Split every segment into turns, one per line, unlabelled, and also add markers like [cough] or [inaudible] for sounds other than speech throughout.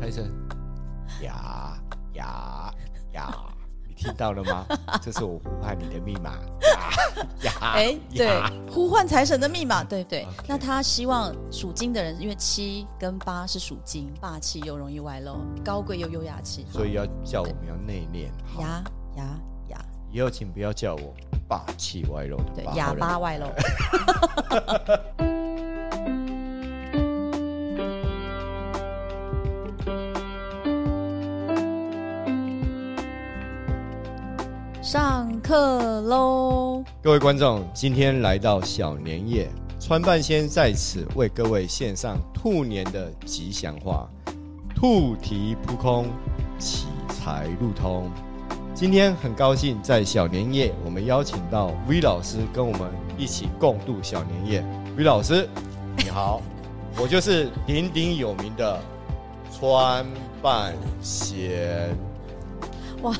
财神，呀呀呀！你听到了
[laughs]
吗？这是我呼喊你的密码。呀呀！
哎，对
呀，
呼唤财神的密码，对对
OK。
那他希望属金的人，因为七跟八是属金，霸气又容易外露，高贵又优雅气。
所以要叫我们要内敛。好，
牙牙牙，
以后请不要叫我霸气外露的
对
八号，
哑
人
巴外露。上课喽！
各位观众，今天来到小年夜，川半仙在此为各位献上兔年的吉祥话：兔蹄扑空，喜财路通。今天很高兴在小年夜，我们邀请到 V 老师跟我们一起共度小年夜。V 老师，你好，我就是鼎鼎有名的川半仙。
哇，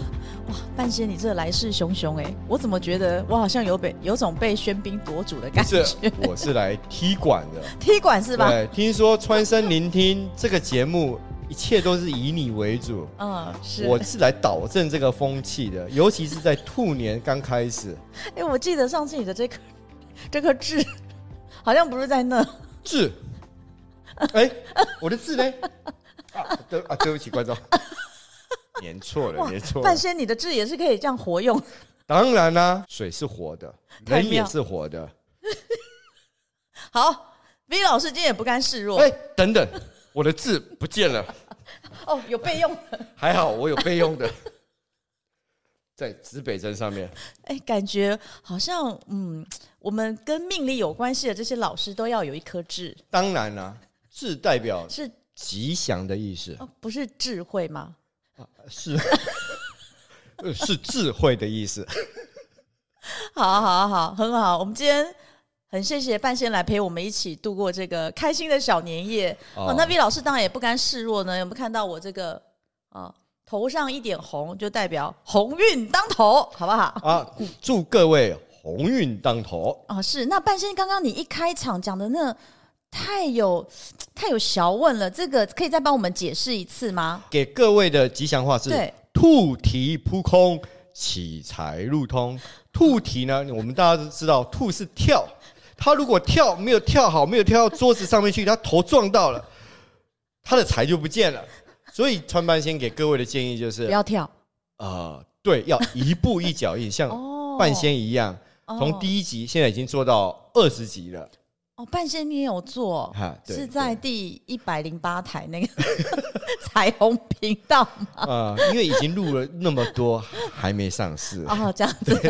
半仙，你这来势汹汹哎，我怎么觉得我好像有被有种被喧宾夺主的
不
感
是
觉？，
我是来踢馆的。
踢馆是吧？
对，听说川声聆听这个节目，一切都是以你为主。
嗯，是。
我是来导正这个风气的，尤其是在兔年刚开始，
哎、我记得上次你的这颗 [laughs] 这颗痣，好像不是在那。
字，哎、我的字呢？啊，对啊，对不起，观众， [laughs] 粘错了，粘错了
半。仙，你的痣也是可以这样活用。
当然啦、水是活的，
太
人也
妙
是活的。
好，V 老师今天也不甘示弱、
哎、等等，我的字不见了，
哦，有备用。
还好我有备用的，在指北针上面。
哎、感觉好像嗯，我们跟命理有关系的这些老师都要有一颗痣，
当然啦、字代表
是
吉祥的意思， [laughs]
哦，不是智慧吗？
是呃是智慧的意思。
好，好，好，很好。我们今天很谢谢半仙来陪我们一起度过这个开心的小年夜。哦，
啊
那 V 老师当然也不甘示弱呢。有没有看到我这个啊、头上一点红，就代表鸿运当头，好不好？
啊，祝各位鸿运当头。
啊，是。那半仙，刚刚你一开场讲的那太有 [sniffs] 太有学问了，这个可以再帮我们解释一次吗？
给各位的吉祥话是
对：
兔蹄扑空，起财入通。兔蹄呢，我们大家都知道，兔是跳，它如果跳没有跳好，没有跳到桌子上面去，它头撞到了，它的财就不见了。所以川班先给各位的建议就是
不，要跳
呃，对，要一步一脚印，像
哦，
呃半仙一样，
哦
从第一集现在已经做到二十集了，
哦，半仙你也有做
哈，啊对
哦是在第一百零八台那个 [laughs] 彩虹频道吗
啊，因为已经录了那么多，还没上
[laughs]
市。啊
哦，这样子。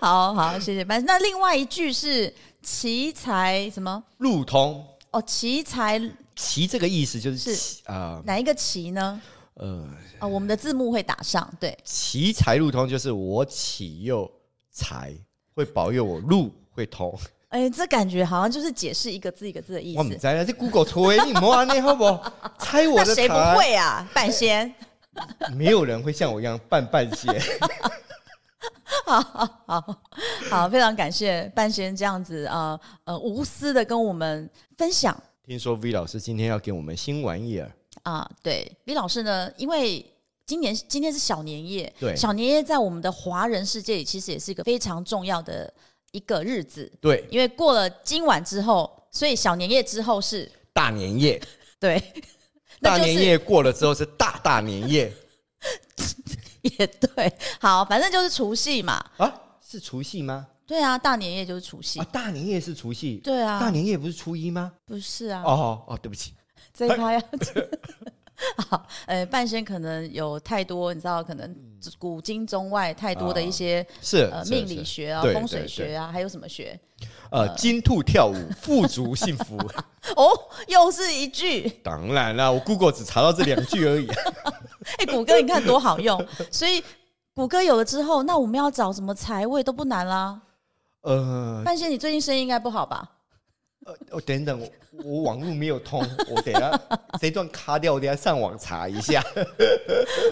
好好，谢谢班。那另外一句是奇才什么？
路通
哦，奇才
骑这个意思就是
是
骑啊
哪一个奇呢？
呃
啊、我们的字幕会打上，对，
骑财路通就是我起又财，会保佑我路会通。
哎、这感觉好像就是解释一个字一个字的意
我们
思。
在那这 Google 推你莫安内好不好？
[laughs]
猜我
那
的
谁不
财，
会啊？半仙， [laughs]
没有人会像我一样半半仙。
好好，非常感谢半仙这样子啊呃无私的跟我们分享
听说 V 老师今天要给我们新玩意儿，
啊、对李老师呢，因为今年今天是小年夜，
对
小年夜在我们的华人世界里其实也是一个非常重要的一个日子，
对，
因为过了今晚之后，所以小年夜之后是
大年夜，
对， [laughs]
大
那就
年
是
夜过了之后是大大年夜
也 [laughs] 对，好，反正就是除夕嘛，
啊，是除夕吗？
对啊，大年夜就是除夕
啊，，大年夜是除夕，
对啊
大年夜不是初一吗？
不是啊，
哦哎哦，对不起，
这一趴要 [laughs] 好，呃，半仙可能有太多，你知道，可
嗯
能古今中外太多的
啊
一些、
是
呃
是
命
是
理学啊、
对
风水
对
学
对
啊，还有什么学？
呃，金兔跳舞，富足幸福。
哦，又是一句，
当然啦，我 Google 只查到这两句而已。
哎、谷歌你看多好
[laughs]
用，所以谷歌有了之后，那我们要找什么财位都不难啦。
呃，
半仙，你最近生意应该不好吧？
哦，等等，我我网络没有通，我等一下这一段卡掉，我等一下上网查一下。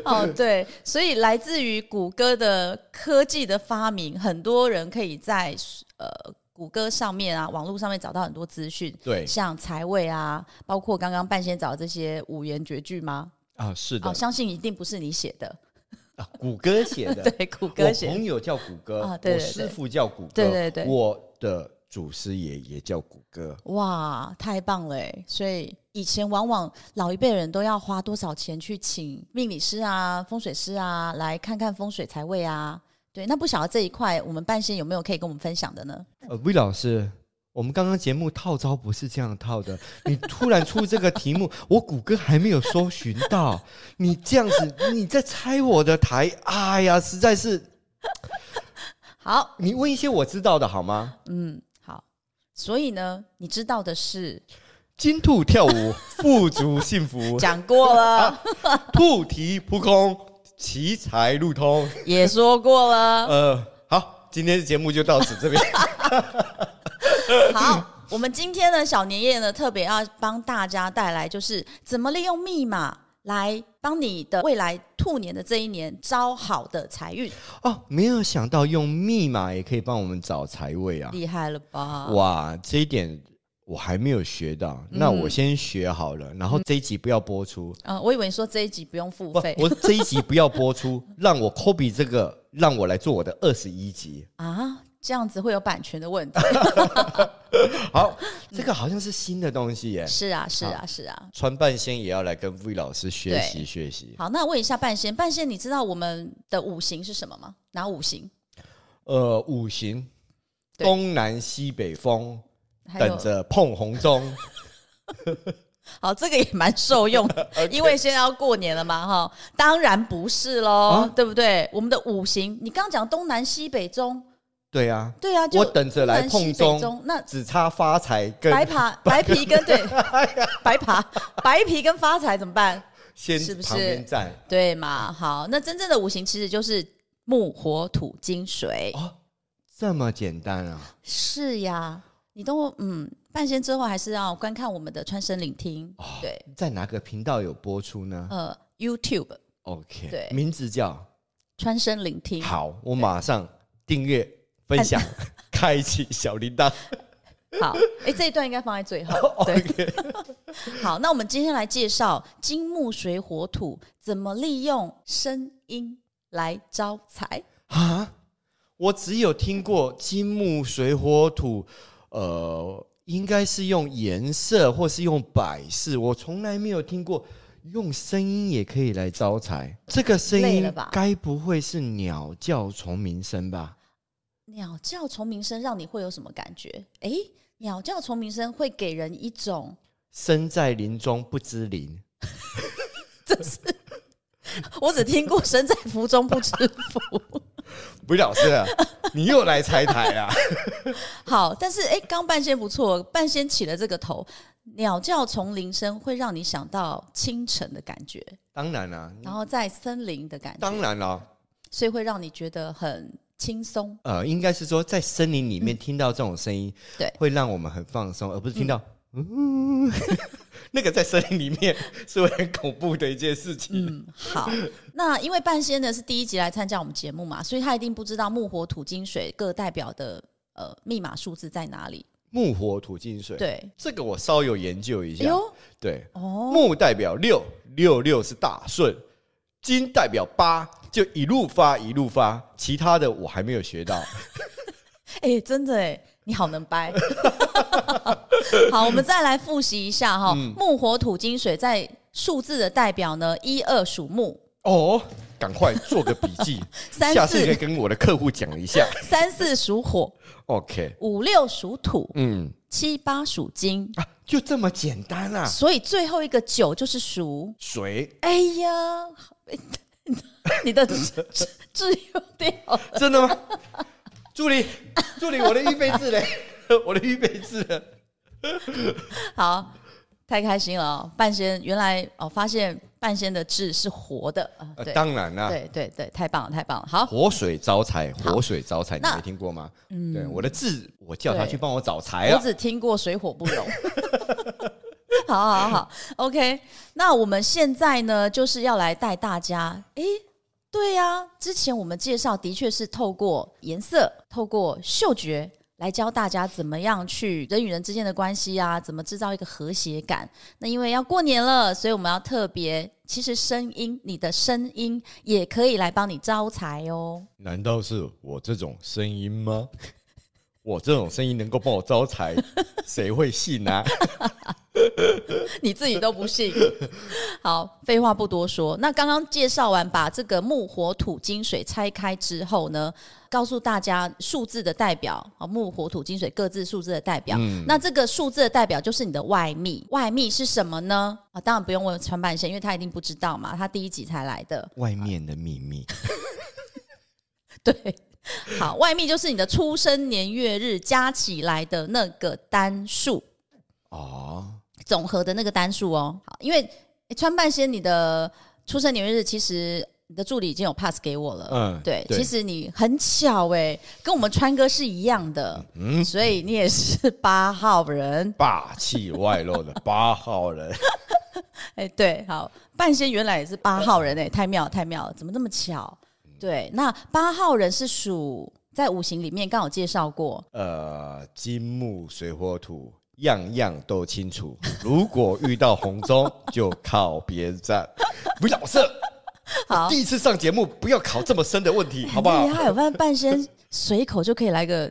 哦，对，所以来自于谷歌的科技的发明，很多人可以在呃。谷歌上面啊，网络上面找到很多资讯，
对
像财位啊，包括刚刚半仙找的这些五言绝句吗？
啊，是的
[laughs] 哦，，相信一定不是你写的，
啊谷歌写的，
[laughs] 对，谷歌
呃我
写的
朋友叫谷歌，
啊对对
我
对
师傅叫谷歌，
对对对
我的祖师爷也叫谷歌，
哇，太棒了哎！所以以前往往老一辈人都要花多少钱去请命理师啊、风水师啊来看看风水财位啊。对，那不晓得这一块，我们半仙有没有可以跟我们分享的呢？
呃魏老师，我们刚刚节目套招不是这样套的，你突然出这个题目，我谷歌还没有搜寻到，你这样子你在拆我的台，哎呀，实在是，
好，
你问一些我知道的好吗？
嗯，好。所以呢，你知道的是，
金兔跳舞，富足幸福
[laughs] 讲过了，
兔蹄扑空，奇财路通。
[laughs] 也说过了。
呃，好，今天的节目就到此这边。 [laughs]
好，我们今天呢，小年夜呢，特别要帮大家带来，就是怎么利用密码来帮你的未来兔年的这一年招好的财运。
哦，没有想到用密码也可以帮我们找财位啊！
厉害了吧？
哇，这一点我还没有学到，那
嗯
我先学好了，然后这一集不要播出，
啊、我以为你说这一集不用付
不
费，
我这一集不要播
[laughs]
出，让我 copy 这个，让我来做我的二十一集。
啊，这样子会有版权的
[laughs]
问题。 [laughs]
好，这个好像是新的东西耶，
是啊，是啊，是啊。
川半仙也要来跟魏老师学习
对
学习。
好，那问一下半仙，半仙，你知道我们的五行是什么吗？哪五行？
呃，五行，
对
东南西北风，
还有
等着碰红中。
好，这个也蛮
[laughs]
受用的因为现在要过年了嘛，哈，当然不是喽，
啊
对不对？我们的五行，你刚讲东南西北中，
对啊，
对啊，就
我等着来
东南
碰
西北
中，
中，那
只差发财跟
白爬白皮跟
[laughs]
对白爬白皮跟发财怎么办？
先
是不是
旁边站
对嘛？好，那真正的五行其实就是木、火、土、金、水。
哦，这么简单啊！
是呀，你都嗯，半仙之后还是要观看我们的穿身聆听，
哦
对，
在哪个频道有播出呢、
呃，YouTube
o k
对
名字叫
穿身聆听。
好，我马上订阅、分享、 [laughs] 开启小铃铛。。
好，哎，这一段应该放在最后 [laughs]
[laughs]
对，
哦 OK，
好，那我们今天来介绍金木水火土怎么利用声音来招财。
啊，我只有听过金木水火土，呃，应该是用颜色或是用摆饰，我从来没有听过。用声音也可以来招财，这个声
累
音
了吧
该不会是鸟叫虫鸣声吧？
鸟叫虫鸣声让你会有什么感觉？哎，鸟叫虫鸣声会给人一种
身在林中不知林，
我只听过身在福中不知福。
不是老师
[laughs]
啊，你又来拆台啊？
好，但是哎，诶刚半仙不错，半仙起了这个头，鸟叫丛林声会让你想到清晨的感觉，
当然啦、啊
然后在森林的感
嗯当
觉，
然啦、啊
所以会让你觉得很轻松。
呃，应该是说在森林里面听到这种声音，
嗯对
会让我们很放松，而不是听到嗯， [laughs] 那个在森林里面是会很恐怖的一件事情。
嗯，好。
[laughs]
那因为半仙呢是第一集来参加我们节目嘛，所以他一定不知道木火土金水各代表的呃密码数字在哪里。
木火土金水，
对，
这个我稍有研究一
哎
下。
呦，
对，
哦，
木代表六，六六是大顺，金代表八，就一路发一路发，其他的我还没有学
[laughs]
到。
哎、真的哎，你好能掰。 [laughs] 好，我们再来复习一下哈、
嗯
木火土金水在数字的代表呢，一二属木，
哦，赶快做个笔记，
[laughs] 三
下次可以
四
跟我的客户讲一下。
三四属火，
OK，
五六属土，
嗯
七八属金，
啊，就这么简单啊。
所以最后一个九就是属。
水
哎呀， [laughs] 你的字字有掉了，
真的吗？助理，助理，我的预备字嘞， [laughs] 呃我的预备字了。
好，太开心了、哦。半仙原来哦，发现半仙的字是活的啊、
呃
对、
当然啦、
对对对，太棒了，太棒了，好。
活水招财，活水招财，你
那嗯
没听过吗？对，我的字，我叫他
对
去帮我找财
我
啊。
只听过水火不容。 [laughs] 好好好，OK。那我们现在呢，就是要来带大家，诶，啊对呀、之前我们介绍的确是透过颜色、透过嗅觉来教大家怎么样去人与人之间的关系啊，怎么制造一个和谐感。那因为要过年了，所以我们要特别，其实声音，你的声音也可以来帮你招财哦。
难道是我这种声音吗？ [laughs] 我这种声音能够帮我招
[laughs]
财，谁会信啊？
你自己都不信。好，废话不多说。那刚刚介绍完把这个木、火、土、金、水拆开之后呢，告诉大家数字的代表啊，木、火、土、金、水各自数字的代表。那这个数字的代表就是你的外密。外密是什么呢？啊，当然不用问川半仙，因为他一定不知道嘛，他第一集才来的。 [laughs]
外面的秘密，
对，好，外密就是你的出生年月日加起来的那个单数。
哦，
总和的那个单数哦。好，因为、诶川半仙你的出生年月日，其实你的助理已经有 pass 给我了。
嗯
呃对，
对
其实你很巧哎、跟我们川哥是一样的，
嗯
所以你也是八号人。
霸气外露的八号人，
哎、对，好，半仙原来也是八号人哎、太妙太妙了，怎么那么巧？
嗯
对，那八号人是属在五行里面刚好介绍过，
呃，金木水火土样样都清楚。如果遇到红中，就靠边站。不老色，
好，
第一次上节目不要考哦这么深的问题，好不
[laughs]
好
厉？害！我发现半仙随口就可以来个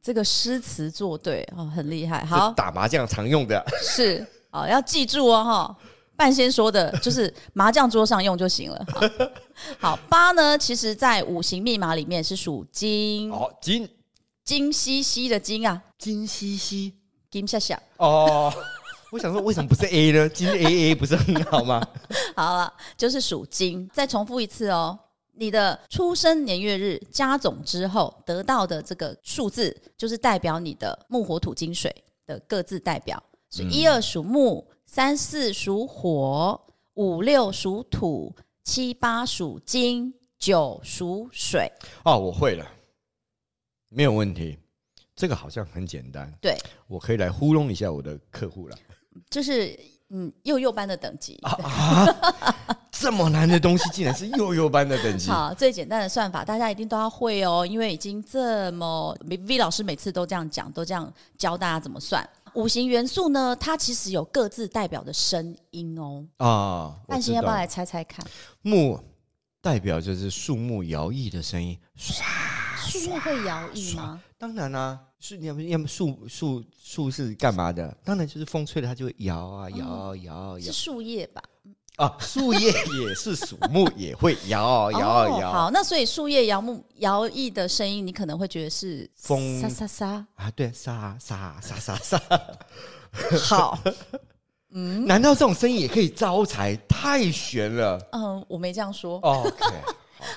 这个诗词作对哦，很厉害。
这
好，
打麻将常用的，
是好，要记住哦，哈。半仙说的就是麻将桌上用就行了。好好八呢，其实在五行密码里面是属
[laughs]
金，
哦，金
金兮兮的嗯金啊，
金兮兮
金下下。
哦。 [laughs] 我想说，为什么不是 A 呢？金 A A 不是很好吗？
好了，就是属金。再重复一次哦，你的出生年月日加总之后得到的这个数字，就是代表你的木、火、土、金、水的各自代表。所以一二属木，三四属火，五六属土，七八属金，九属水。
哦，我会了，没有问题。这个好像很简单，
对，
我可以来糊弄一下我的客户了。
就是嗯幼幼班的等级。
这么难的东西，竟然是幼幼班的等级，
好，最简单的算法，大家一定都要会哦，因为已经这么 V- V 老师每次都这样讲，都这样教大家怎么算。五行元素呢，它其实有各自代表的声音哦。
啊！我
半
知
仙要不要
道
来猜猜看？
木代表就是树木摇曳的声音，
树木会摇曳吗？
当然啦、是要么要么树树树是干嘛的？当然就是风吹了它就会摇啊摇啊摇啊
是
摇
树叶吧？
啊，树叶也是属木，也会摇啊摇啊
哦
摇啊
好，那所以树叶摇木摇曳的声音，你可能会觉得是
风
沙
[laughs]
沙沙。
啊，对，沙沙沙沙沙， [laughs]
好，
难道这种声音也可以招财？太悬了
嗯，我没这样说。
！OK，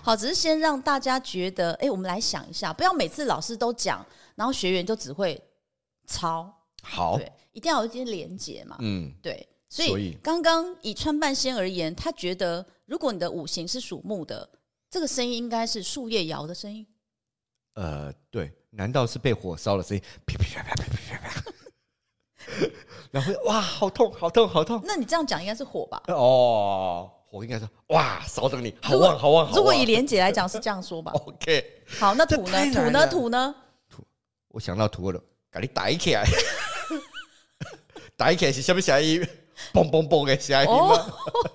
好，只是先让大家觉得，哎、我们来想一下，不要每次老师都讲，然后学员就只会抄，
好，
对，一定要有一些连结嘛，
嗯，
对。
所
所
以
以刚刚以川半仙而言，他觉得如果你的五行是属木的，这个声音应该是树叶摇的声音。
呃，对，难道是被火烧的声音？啪啪啪啪啪啪啪 [laughs] 啪，然后哇，好痛，好痛，好痛！
那你这样讲应该是火吧？
哦，火应该说哇，烧到你，好
如果
旺，好旺，好旺。
如果以连结来讲是这样说吧。
OK， [laughs]
好，那土
这
呢
哦太？
土
难
呢？
了
土呢？
我想到土了，给你打起来， [laughs] 打起来是什么声音？嘣嘣嘣的声音吗？
哦，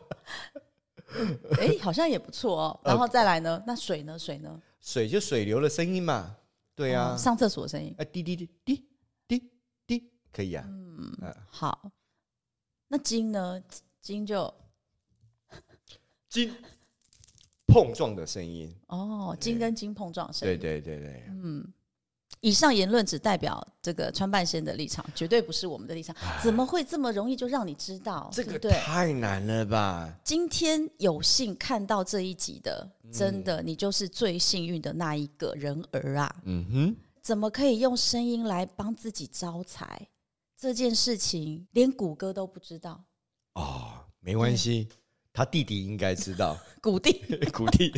[laughs] 哎、好像也不错
[laughs]
哦。然后再来呢？那水呢？水呢？
水就水流的声音嘛，对啊
哦，上厕所的声音。
啊滴滴滴滴滴滴，可以啊，嗯，
好，那金呢？金就
金碰撞的声音，
哦，金跟金碰撞声。
对对对对，
以上言论只代表这个川半仙的立场，绝对不是我们的立场。怎么会这么容易就让你知道？
这
哦对
个
不对？
太难了吧？
今天有幸看到这一集的，
嗯
真的你就是最幸运的那一个人儿啊！
嗯哼，
怎么可以用声音来帮自己招财？这件事情连谷歌都不知道，
哦，没关系，他弟弟应该知
[laughs]
道，
谷地。
鼓
[laughs]
励，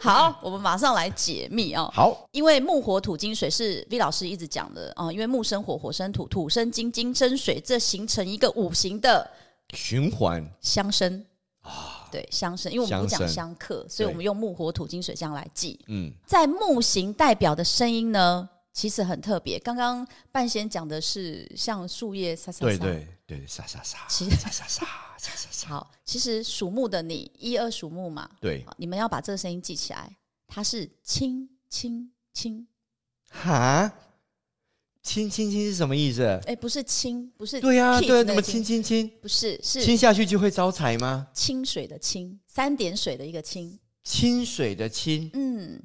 好，我们马上来解密哦。
好，
因为木火土金水是 V 老师一直讲的啊、呃因为木生火，火生土，土生金，金生水，这形成一个五行的
循环
相生啊。对，相生，因为我们不讲
相生
相克，所以我们用木火土金水这样来记。
嗯，
在木型代表的声音呢，其实很特别。刚刚半仙讲的是像树叶沙沙
对
沙，
对对，沙沙沙，
其
沙沙沙沙沙沙，
[laughs] 好，其实属木的你一二属木嘛，
对，
好你们要把这个声音记起来，它是轻轻轻，
哈，亲亲亲是什么意思？
哎，不是轻，不是
对呀、
kiss
对、啊，
那
怎
个
么亲，亲亲
不是是
亲下去就会招财吗？
清水的清，三点水的一个清，
清水的清，
嗯，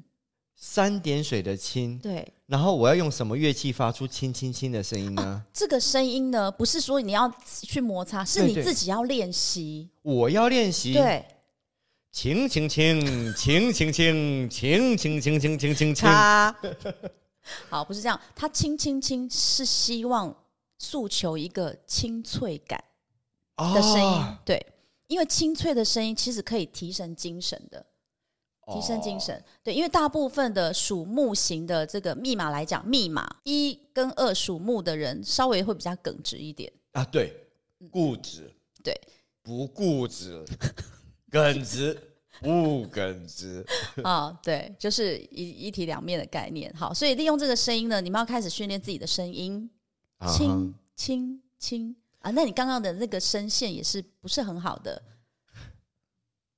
三点水的清，
对。
然后我要用什么乐器发出清清清的声音呢？
这个声音呢，不是说你要去摩擦，是
对
你
对
自己要练习。
我要练习。
对，
情情情情情情情情情情情情情。
他 [laughs] 好，不是这样，他轻轻轻是希望诉求一个清脆感的声音，
哦
对，因为清脆的声音其实可以提神精神的，
哦
提升精神。对，因为大部分的属木型的这个密码来讲，密码一跟二属木的人稍微会比较耿直一点，
啊，对，固执，
嗯对，
不固执，耿直，不耿直。 [laughs]
啊，对，就是一一体两面的概念。好，所以利用这个声音呢，你们要开始训练自己的声音，
啊哈
轻轻轻啊。那你刚刚的那个声线也是不是很好的？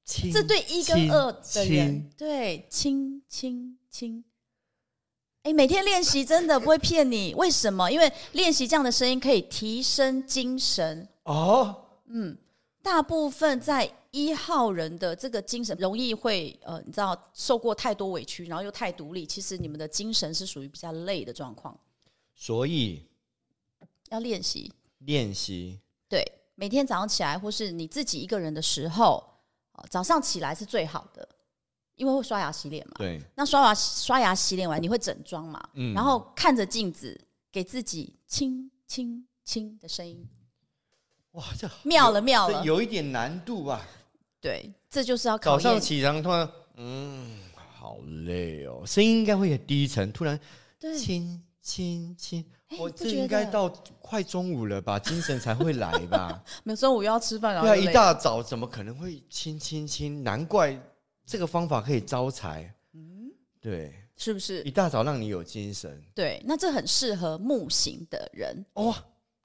轻
这对一跟
轻
二的人
轻，
对轻轻轻。哎，每天练习真的不会骗你，为什么？因为练习这样的声音可以提升精神，
哦，
大部分在一号人的这个精神容易会呃，你知道受过太多委屈，然后又太独立，其实你们的精神是属于比较累的状况，
所以
要练习。
练习
对，每天早上起来，或是你自己一个人的时候，呃早上起来是最好的，因为会刷牙洗脸嘛。
对
那刷牙刷牙洗脸完，你会整妆嘛？
嗯
然后看着镜子，给自己轻轻轻的声音，
哇，这
妙了妙
这
了。
有一点难度啊。
对，这就是要考
早上
验。
起床突然，嗯，好累哦，声音应该会很低沉，突然
对，
亲亲亲，
嗯哎
我
你不
这
觉
应该
得
到快中午了吧，精神才会来
[laughs]
吧。
每中午又要吃饭，然后
对啊，
又累
一大早怎么可能会亲亲亲？难怪这个方法可以招财。
嗯
对，
是不是
一？大早让你有精神。
对，那这很适合木型的人，
哇、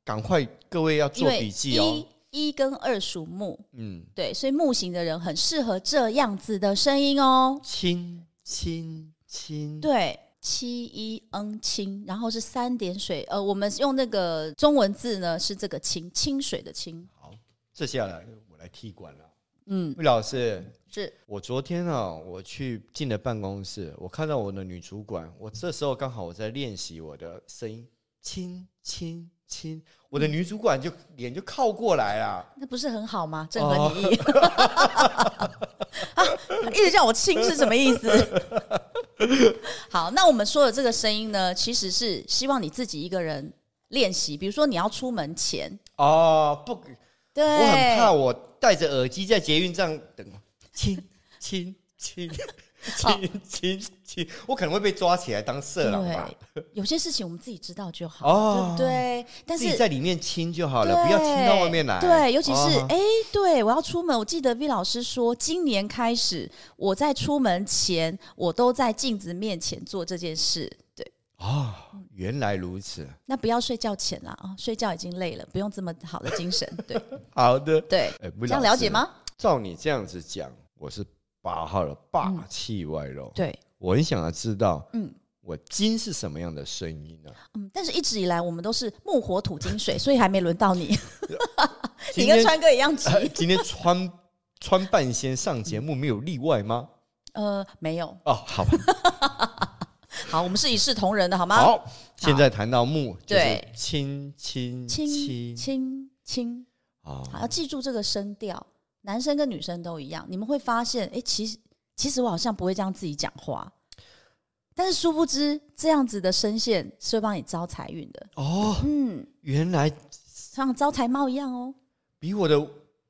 赶快各位要
因
做
为
笔记哦。
一一跟二属木，
嗯，
对，所以木型的人很适合这样子的声音哦。
亲亲亲，
对，七一嗯清，然后是三点水，呃，我们用那个中文字呢是这个清清水的清，
好，这下来我来踢馆了。
嗯，
魏老师，
是
我昨天啊，我去进了办公室，我看到我的女主管，我这时候刚好我在练习我的声音，亲亲亲，我的女主管就脸就靠过来了，
那不是很好吗？正
哦
合你意。 [laughs] 啊，一直叫我亲是什么意思？ [laughs] 好，那我们说的这个声音呢，其实是希望你自己一个人练习，比如说你要出门前，
哦，不，我
对，
很怕我戴着耳机在捷运站等，亲亲亲亲亲亲，我可能会被抓起来当色狼吧，
哦对，有些事情我们自己知道就好，
哦
对不对？但
自己
是
在里面亲就好了，
对
不要亲到外面来，
对，尤其是哎、
哦
诶对我要出门，我记得 V 老师说，今年开始我在出门前，我都在镜子面前做这件事。对，
哦，原来如此，
那不要睡觉前啦啊、睡觉已经累了，不用这么好的精神。对
[laughs] 好的，
对，
哎，
这
这
样了解？吗？
照你这样子讲，我是八号的霸气外露。
对，
我很想要知道，
嗯
我金是什么样的声音呢、
嗯，但是一直以来我们都是木火土金水，所以还没轮到你， [laughs] 你
今
跟
天
川哥一样急。
[laughs] 今天川川半仙上节目没有例外
[laughs]
吗？
呃，没有，
哦，好吧，
好，我们是一视同仁的好吗？
好。现在谈到木，就是
对
亲亲
轻
亲
轻轻，
啊，
好，要记住这个声调，男生跟女生都一样。你们会发现，哎、其实其实我好像不会这样自己讲话，但是殊不知这样子的声线是会帮你招财运的，
哦，
嗯，
原来
像招财猫一样哦。
比我的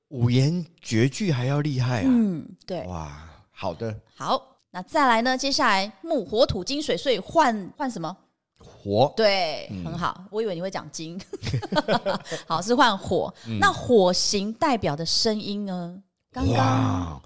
五言绝句还要厉害啊！
嗯，对，
哇，好的，
好，那再来呢？接下来木火土金水，所以换换什么？
活
对，
嗯
很好，我以为你会讲
[laughs]
金，好是换火。
嗯
那火型代表的声音呢？刚刚
哇，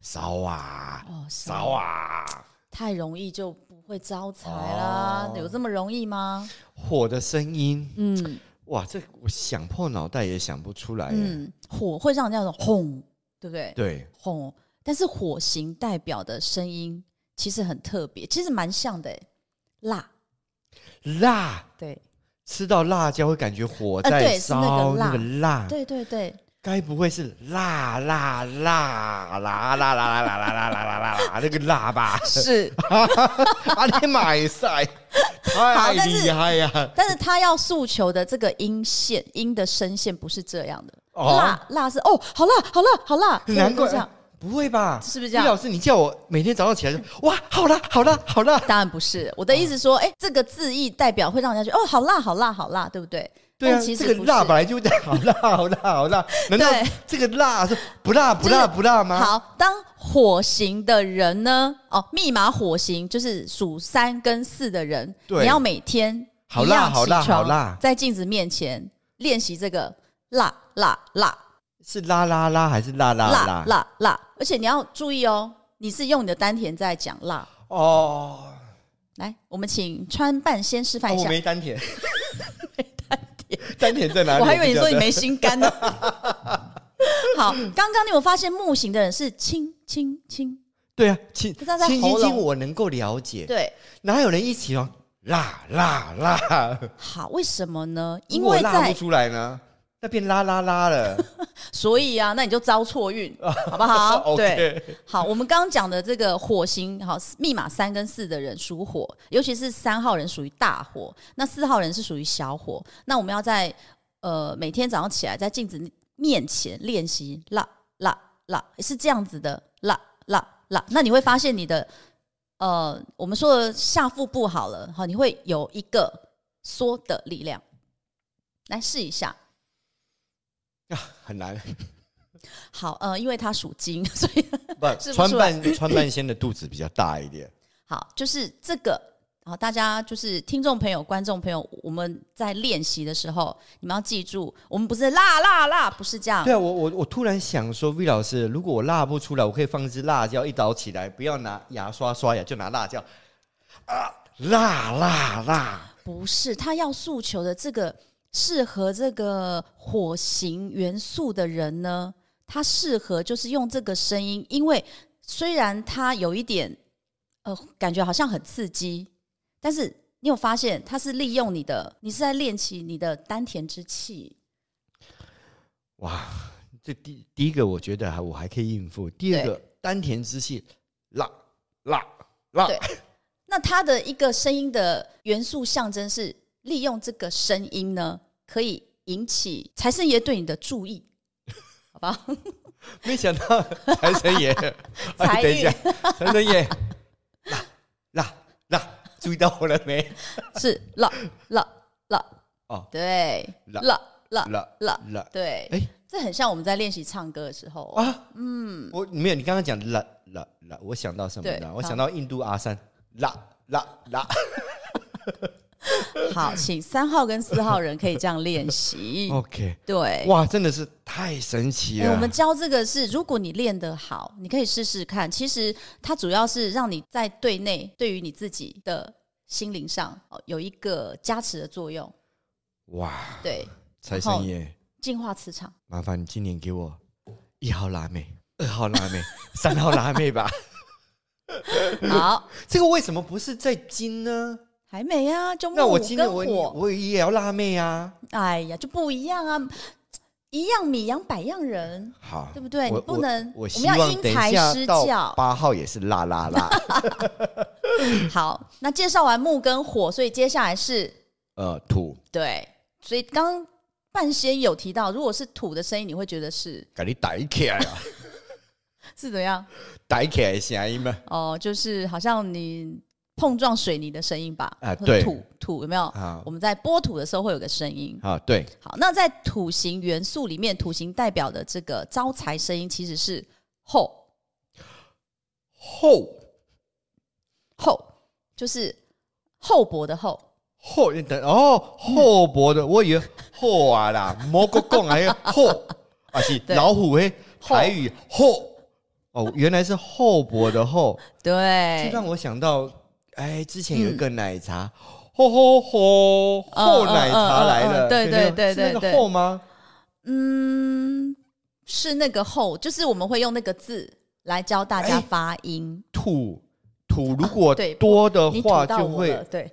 烧啊，
哦，是
烧啊！
太容易就不会招财啦，
哦
有这么容易吗？
火的声音，
嗯
哇，这我想破脑袋也想不出来。嗯，
嗯，火会让人家有种轰，对不对？
对，
轰，但是火型代表的声音其实很特别，其实蛮像的诶，辣，
辣，
对，
吃到辣椒会感觉火
呃
在
对是那个
烧，
辣
那个辣，
对对
[laughs]
对，
该不会是辣辣辣辣辣辣辣辣辣辣辣啦啦那个辣吧？
是，
啊，你买晒，太
好但是
厉害呀！
但是他要诉求的这个音线，音的声线不是这样的，
哦
辣辣是哦，好辣，好辣，好辣，
难
这样
怪。不会吧？
是不是这样
李老师，你叫我每天早上起来就哇，好辣，好辣，好辣。
当然不是，我的意思说，哎、这个字义代表会让人家觉得哦，好辣，好辣，好辣，对不对？
对啊，
但其实
这个
不是
辣本来就好辣，好辣，好
[laughs]
辣。难道
对
这个辣是不辣不
就
辣
是
不辣吗？
好，当火型的人呢，哦，密码火型就是属三跟四的人，
对
你要每天
好
一
辣
样
好
起
辣
床
好辣
在镜子面前练习这个辣辣辣
是啦啦啦还是啦啦
辣辣辣，而且你要注意哦，你是用你的丹田在讲辣。
哦，
来，我们请川半先示范一
我
下。
没丹
[laughs]
田，没丹田，丹田在哪里？
我还以为你说
不
你
晓得
没心
[laughs]
肝呢。好，刚刚你有发现木型的人是轻轻轻，
对啊，亲
不知道在
亲
喉
亲亲，
咙
我能够了解，
对，
哪有人一起哦？辣辣辣，
好，为什么呢？
如
因
果
为
辣不
在
出来呢，那变啦啦啦了。
[laughs] 所以啊，那你就招
[laughs]
错运，好不好？哦对，
哦 OK，
好，我们刚刚讲的这个火星，好，密码三跟四的人属火，尤其是三号人属于大火，那四号人是属于小火。那我们要在呃每天早上起来在镜子面前练习啦啦啦，是这样子的啦啦啦。那你会发现你的呃，我们说的下腹部好了，好，你会有一个缩的力量，来试一下。
很难。
好，呃，因为它属金， [laughs] 所以
不，
是不
川
出来
半川半仙的肚子比较大一点。
好，就是这个。好，大家就是听众朋友、观众朋友，我们在练习的时候，你们要记住，我们不是辣辣辣，不是这样
对。啊，我我我突然想说，V 老师，如果我辣不出来，我可以放一支辣椒，一早起来不要拿牙刷刷牙，就拿辣椒啊，辣辣辣。
不是，他要诉求的这个适合这个火型元素的人呢，他适合就是用这个声音，因为虽然他有一点呃，感觉好像很刺激，但是你有发现他是利用你的，你是在练习你的丹田之气。
哇，这第第一个我觉得还我还可以应付，第二个丹田之气，辣辣辣
对那它的一个声音的元素象征是利用这个声音呢，可以引起财神爷对你的注意，好 [laughs] 吧？
没想到 [laughs] 财神爷，
财
哎，
运
等一下，财神爷，辣辣辣，注意到我了没？
是啦啦啦，
哦，
对，
啦
啦啦
辣
啦，
辣，
对，
哎
这很像我们在练习唱歌的时候，
啊，嗯，我没有，你刚刚讲啦啦啦，我想到什么
对
呢？我
好
想到印度阿三啦啦啦，
好，请三号跟四号人可以这样练
[laughs]
习，
OK，
对。
哇，真的是太神奇
哎
了。
我们教这个是，如果你练得好，你可以试试看。其实它主要是让你在对内，对于你自己的心灵上哦有一个加持的作用，
哇，
对，
财神爷，
净化
[laughs]
磁场。
麻烦你今年给我一号辣妹、二号辣
[laughs]
妹、三号辣妹吧。
好，
这个为什么不是在金呢？
还没啊，就木
那我今年
跟
我
火，
我也要辣妹啊。
哎呀，就不一样啊，一样米养百样人， [clears throat]
好，
对不对？
我
你不能，
我我
们
希
要
望
因
等一
材
下
施
到
教。
八号也是辣辣辣。 [laughs]
好，那介绍完木跟火，所以接下来是
呃，土
对，所以刚刚半仙有提到，如果是土的声音，你会觉得是
给你逮起来啊，
是怎样？
逮起来的声音嘛。
哦，就是好像你碰撞水泥的声音吧？
啊
或者
对
土土有没有？
啊
我们在拨土的时候会有个声音。
啊，对，
好，那在土型元素里面，土型代表的这个招财声音其实是后
后
后，就是厚薄的厚。
后等哦，厚薄的，我以为厚啊啦，蘑菇贡还有厚，啊是
对
老虎诶，
厚
台语厚哦，原来是厚薄的厚，这
对，
让我想到哎，之前有一个奶茶，吼吼吼，厚奶茶来
嗯嗯嗯嗯
了，
嗯对对对对
是那
对
个厚吗？
嗯，是那个后，就是我们会用那个字来教大家
哎
发音。
吐吐如果
啊对
多的
你
话
吐到
就
我了
会
对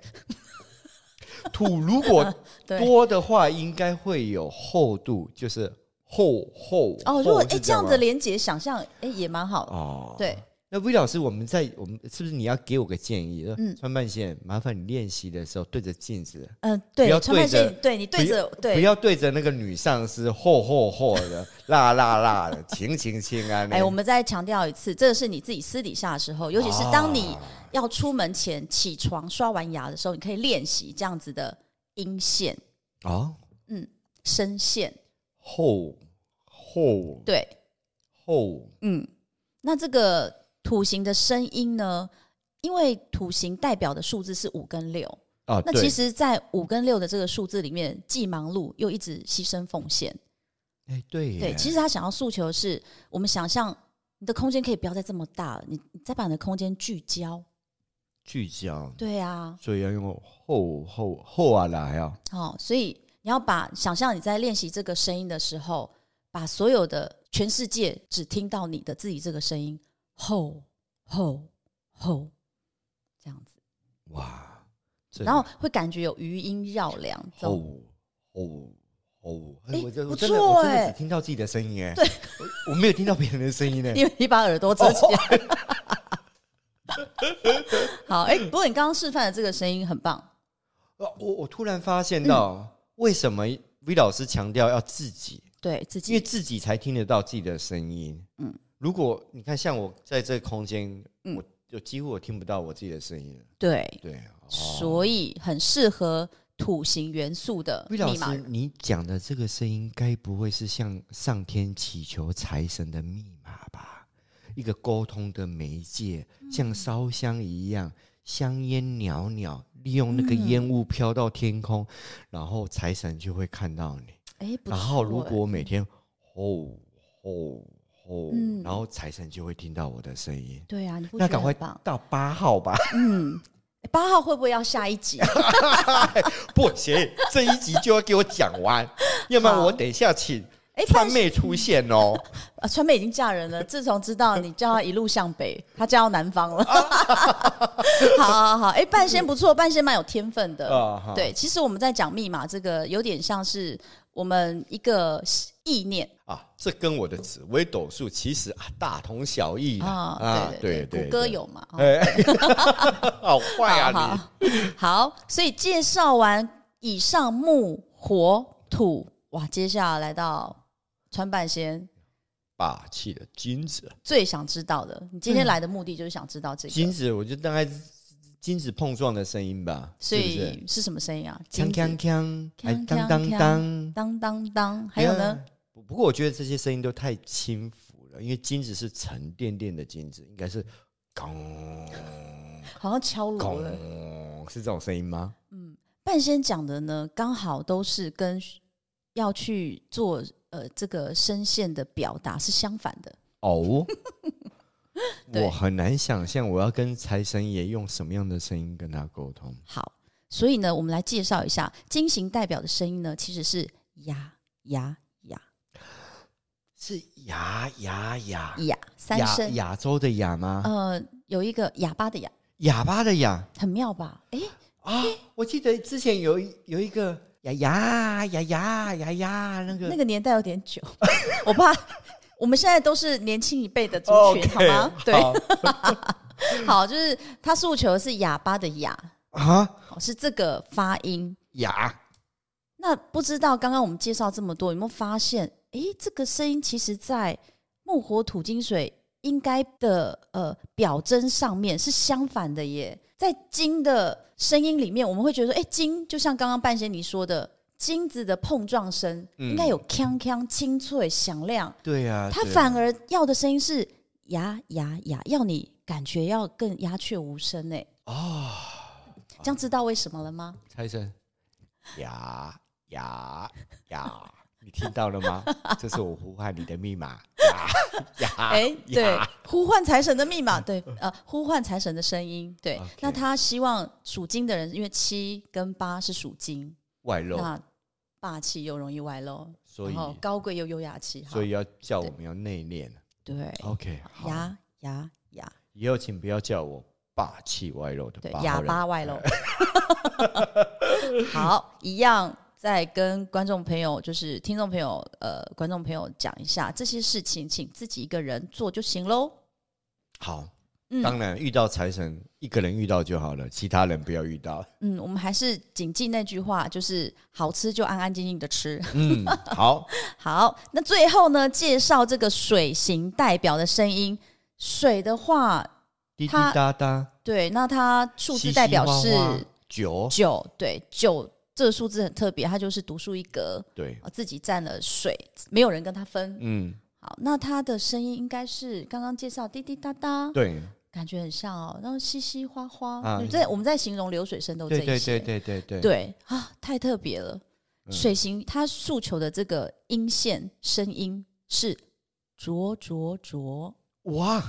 吐，如果
对。
多的话应该会有厚度，就是厚厚
哦，如果
厚
哎
是
这
这
样
吗
的连结想象，哎也蛮好的。
哦，。
对，
那 V 老师，我们在我们是不是你要给我个建议？
嗯
川半线，麻烦你练习的时候对着镜子，
嗯，
不
对，
要
川半
对着
线，对你对着
不
对，
要对着那个女上司吼吼吼的，辣辣辣的，情情情啊！
[laughs] 哎，我们再强调一次，这是你自己私底下的时候，尤其是当你
啊
要出门前起床刷完牙的时候，你可以练习这样子的音线、
哦
声线。
吼吼
对，
吼
嗯，那这个土型的声音呢？因为土型代表的数字是五跟六，
啊！
那
对
其实，在五跟六的这个数字里面，既忙碌又一直牺牲奉献。
哎对
对，其
实
实他想要诉求的是，我们想象你的空间可以不要再这么大了，你你再把你的空间聚焦。
聚焦，
对啊，
所以要用吼吼吼啊来啊！
哦，所以你要把想象你在练习这个声音的时候，把所有的全世界只听到你的自己这个声音，吼吼吼，这样子，
哇，这
然后会感觉有余音绕梁。这
吼
种
吼吼！
哎
哎，我真
不
我真的
错
我真的
哎
只听到自己的声音哎，对， [laughs] 我没有听到别人的声音哎。
[laughs] 因为你把耳朵遮起来。
哦
[laughs] 好，哎、不过你刚刚示范的这个声音很棒，
呃，我我突然发现
嗯
到，为什么 V 老师强调要自己，
对自
因为
己，
自己才听得到自己的声音。
嗯
嗯，如果你看像我在这个空间，
嗯
我就几乎我听不到我自己的声音了。
对，
对，
所以很适合土型元素的
V 老
呃密码
师，。你讲的这个声音，该不会是向上天祈求财神的密码吧？一个沟通的媒介，
嗯
像烧香一样，香烟袅袅，利用那个烟雾飘到天空，然后财神就会看到你。
哎、不错、
然后如
哎
果每天吼吼吼
嗯，
然后财神就会听到我的声音。
对啊，你不
那
觉得
赶快
很棒？
到八号吧，
嗯，八号会不会要下一集？
不行，这一集就要给我讲完，要不然
好
我等一下请
哎、
川
川
妹出现哦。
啊，川妹已经嫁
[laughs]
人了。自从知道你叫她一路向北，她嫁到南方了。 [laughs] 好好好，哎、半仙不错，半仙蛮有天分的。 [laughs]
啊哈
嗯对，其实我们在讲密码，这个有点像是我们一个意念
啊，这跟我的紫微斗数其实啊大同小异
啊，对对，谷歌，有嘛？哦
哎，好 [laughs] 坏
好
啊 [laughs]
好好，所以介绍完以上木、火、土，哇，接下来来到川半仙
你！霸气的金子，
最想知道的，你今天来的目的就是想知道这
嗯
个，
金子，我就大概金子碰撞的声音吧，
所
是不是
以是什么声音啊？
锵
金
锵
子
锵，还当
锵锵
当
锵
当，
当当当，还有呢？
Yeah？不不过我觉得这些声音都太轻浮了，因为金子是沉甸甸的金子，应该是咣
好像敲锣了。
咣，是这种声音 [laughs] 吗？
半仙讲的呢，刚好都是跟要去做呃这个声线的表达是相反的。
哦，
对
我很难想象我要跟财神爷用什么样的声音跟他沟通。
好，所以呢，我们来介绍一下金型代表的声音呢，其实是呀呀呀
是牙牙牙
呀三
亚
声。
亚洲的亚吗？
呃，有一个哑巴的哑，
哑巴的哑
很妙吧？哎，
啊！我记得之前有一有一个牙牙牙牙牙牙那个
那个年代有点久， [laughs] 我怕我们现在都是年轻一辈的族群
哦 OK，
哦好吗？对，好，就是他诉求的是哑巴的哑，
啊，
哦是这个发音。
牙
那不知道刚刚我们介绍这么多，有没有发现？诶，这个声音其实在木火土金水应该的呃表征上面是相反的耶。在金的声音里面，我们会觉得说，诶，金就像刚刚半仙你说的，金子的碰撞声、
嗯
应该有锵锵清脆响亮，
对啊，
它
对啊
反而要的声音是呀呀呀，要你感觉要更鸦雀无声哎。
啊，
这样知道为什么了吗？
财神牙牙牙你听到了
[laughs]
吗？这是我呼喊你的密码。呀呀
哎，对
呀，嗯
呼唤财神的密码，对，呃，呼唤财神的声音，对。
OK
那他希望属金的人，因为七跟八是属金，
外露，
那霸气又容易外露，
所
然
以
后高贵又优雅气，哈
所以要叫我们要内敛。
对，
OK，好，
牙牙牙，
以后请不要叫我霸气外露的
对，
八
哑
号人哎
巴外露。 [laughs] 好，一样再跟观众朋友，就是听众朋友，呃，观众朋友讲一下这些事情，请自己一个人做就行喽。
好，
嗯
当然遇到财神，一个人遇到就好了，其他人不要遇
[laughs]
到。
嗯，我们还是谨记那句话，就是好吃就安安静静的吃。 [laughs]
嗯，好，
好，那最后呢，介绍这个水型代表的声音。水的话，
滴滴
他
答答，
对，那它数字代表
稀
是
稀哗哗九，
九，对，九这个数字很特别，它就是独树一格，
对，
啊，自己占了水，没有人跟他分。
嗯，
好，那他的声音应该是刚刚介绍滴滴答答，
对，
感觉很像哦，然后稀稀哗哗。
啊
你在我们在形容流水声都这
对
一
对对
些，
对对对，
对啊，太特别了。
嗯
水形它诉求的这个音线声音是浊浊浊，
哇，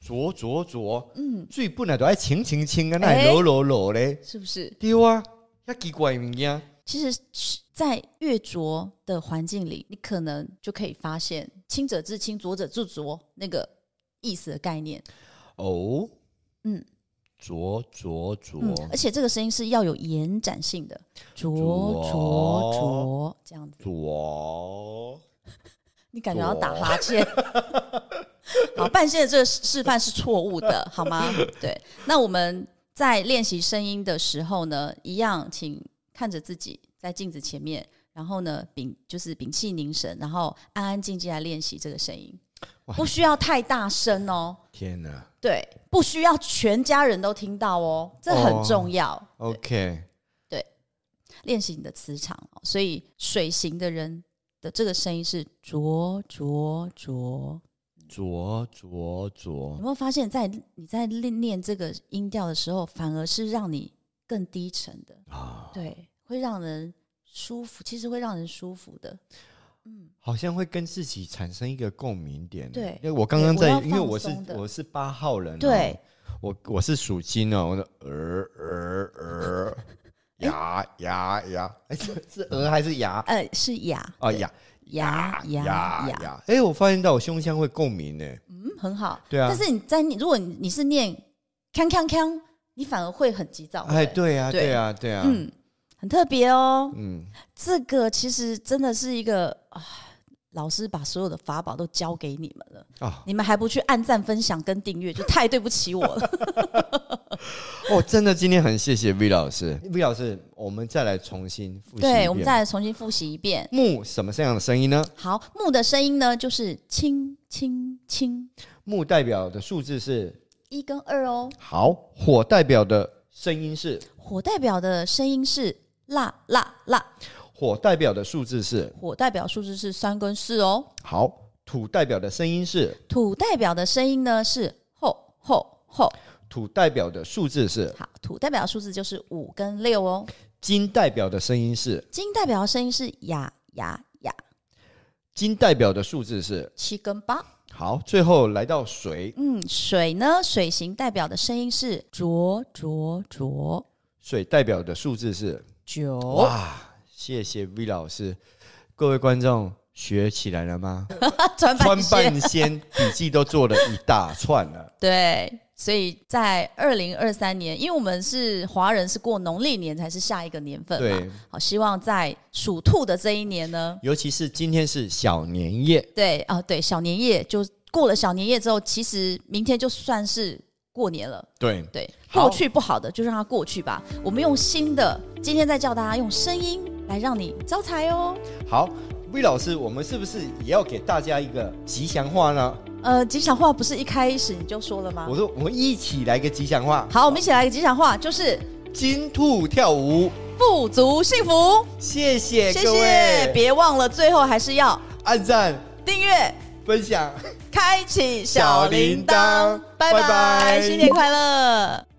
浊浊浊，
嗯，
水本来都爱清清清啊，那
哎
落落落嘞，
是不是？
对啊，遐奇怪的物
嗯
件，
其实，在越浊的环境里，你可能就可以发现“清者自清，浊者自浊”那个意思的概念。
哦，
嗯，
浊浊浊，
嗯，而且这个声音是要有延展性的，浊
浊
浊浊这样子，
浊，
你感觉要打哈欠。 [laughs] 好，半仙的这个示范是错误的，好吗？对，那我们在练习声音的时候呢，一样，请看着自己在镜子前面，然后呢，屏就是屏气凝神，然后安安静静来练习这个声音，
哇
不需要太大声哦，
天哪
对，不需要全家人都听到哦，这很
哦
重要。
，OK，
练习你的磁场哦。所以水型的人的这个声音是浊浊浊。
浊浊
有
浊
没有发现在，你在练念这个音调的时候，反而是让你更低沉的，
啊，
对，会让人舒服，其实会让人舒服的。
嗯好像会跟自己产生一个共鸣点。
对
因为我刚刚在
对我要，
因为我
放
是
松的
我是八号人、哦，
对，
我我是属金哦，我的鹅鹅
[laughs]
鹅呃牙牙牙，哎，是是鹅还是牙？
呃，是雅
哦，牙
雅雅
牙
雅，
牙，哎，我发现到我胸腔会共鸣呢。
嗯，很好。
对啊
但是你在你如果你你是念锵锵锵，你反而会很急躁。
哎，
哦对不对，
对啊，对啊，对啊，
嗯，很特别哦。
嗯，
这个其实真的是一个啊，老师把所有的法宝都教给你们了，
啊，
你们还不去按赞、分享跟订阅，就太对不起我了。
哦，真的，今天很谢谢 V 老师，V 老师，我们再来重新复习一遍。
对，我们再来重新复习一遍。
木什么样的声音呢？
好，木的声音呢，就是轻轻轻，
木代表的数字是
一跟二哦。
好，火代表的声音是
火代表的声音是啦啦啦，
火代表的数字是
火代表数字是三跟四哦。
好，土代表的声音是
土代表的声音呢是吼吼吼，
土代表的数字是
好，土代表数字就是五跟六哦。
金代表的声音是
金代表的声音是呀呀呀，
金代表的数字是
七跟八。
好，最后来到水，
嗯，水呢？水型代表的声音是浊浊浊
水代表的数字是
九。
哇，谢谢 V 老师，各位观众学起来了吗？川
川啊半仙
半仙笔记都做了一大串了，
对，所以在二零二三年，因为我们是华人，是过农历年才是下一个年份嘛。
对，
好，希望在属兔的这一年呢，
尤其是今天是小年夜，
对啊，对，小年夜就过了小年夜之后，其实明天就算是过年了。
对，
对，
好
过去不好的就让它过去吧。我们用新的，今天再教大家用声音来让你招财哦。
好，V 老师，我们是不是也要给大家一个吉祥话呢？
呃，吉祥话不是一开始你就说了吗
我？说，我们一起来个吉祥话，
好，我们一起来个吉祥话，就是
金兔跳舞，
富足幸福。
谢谢
谢
哎各位，
谢，别忘了最后还是要
按赞、
订阅、
分享。
开启小铃铛
小铃铛。
拜
拜
拜，
拜
新年快乐！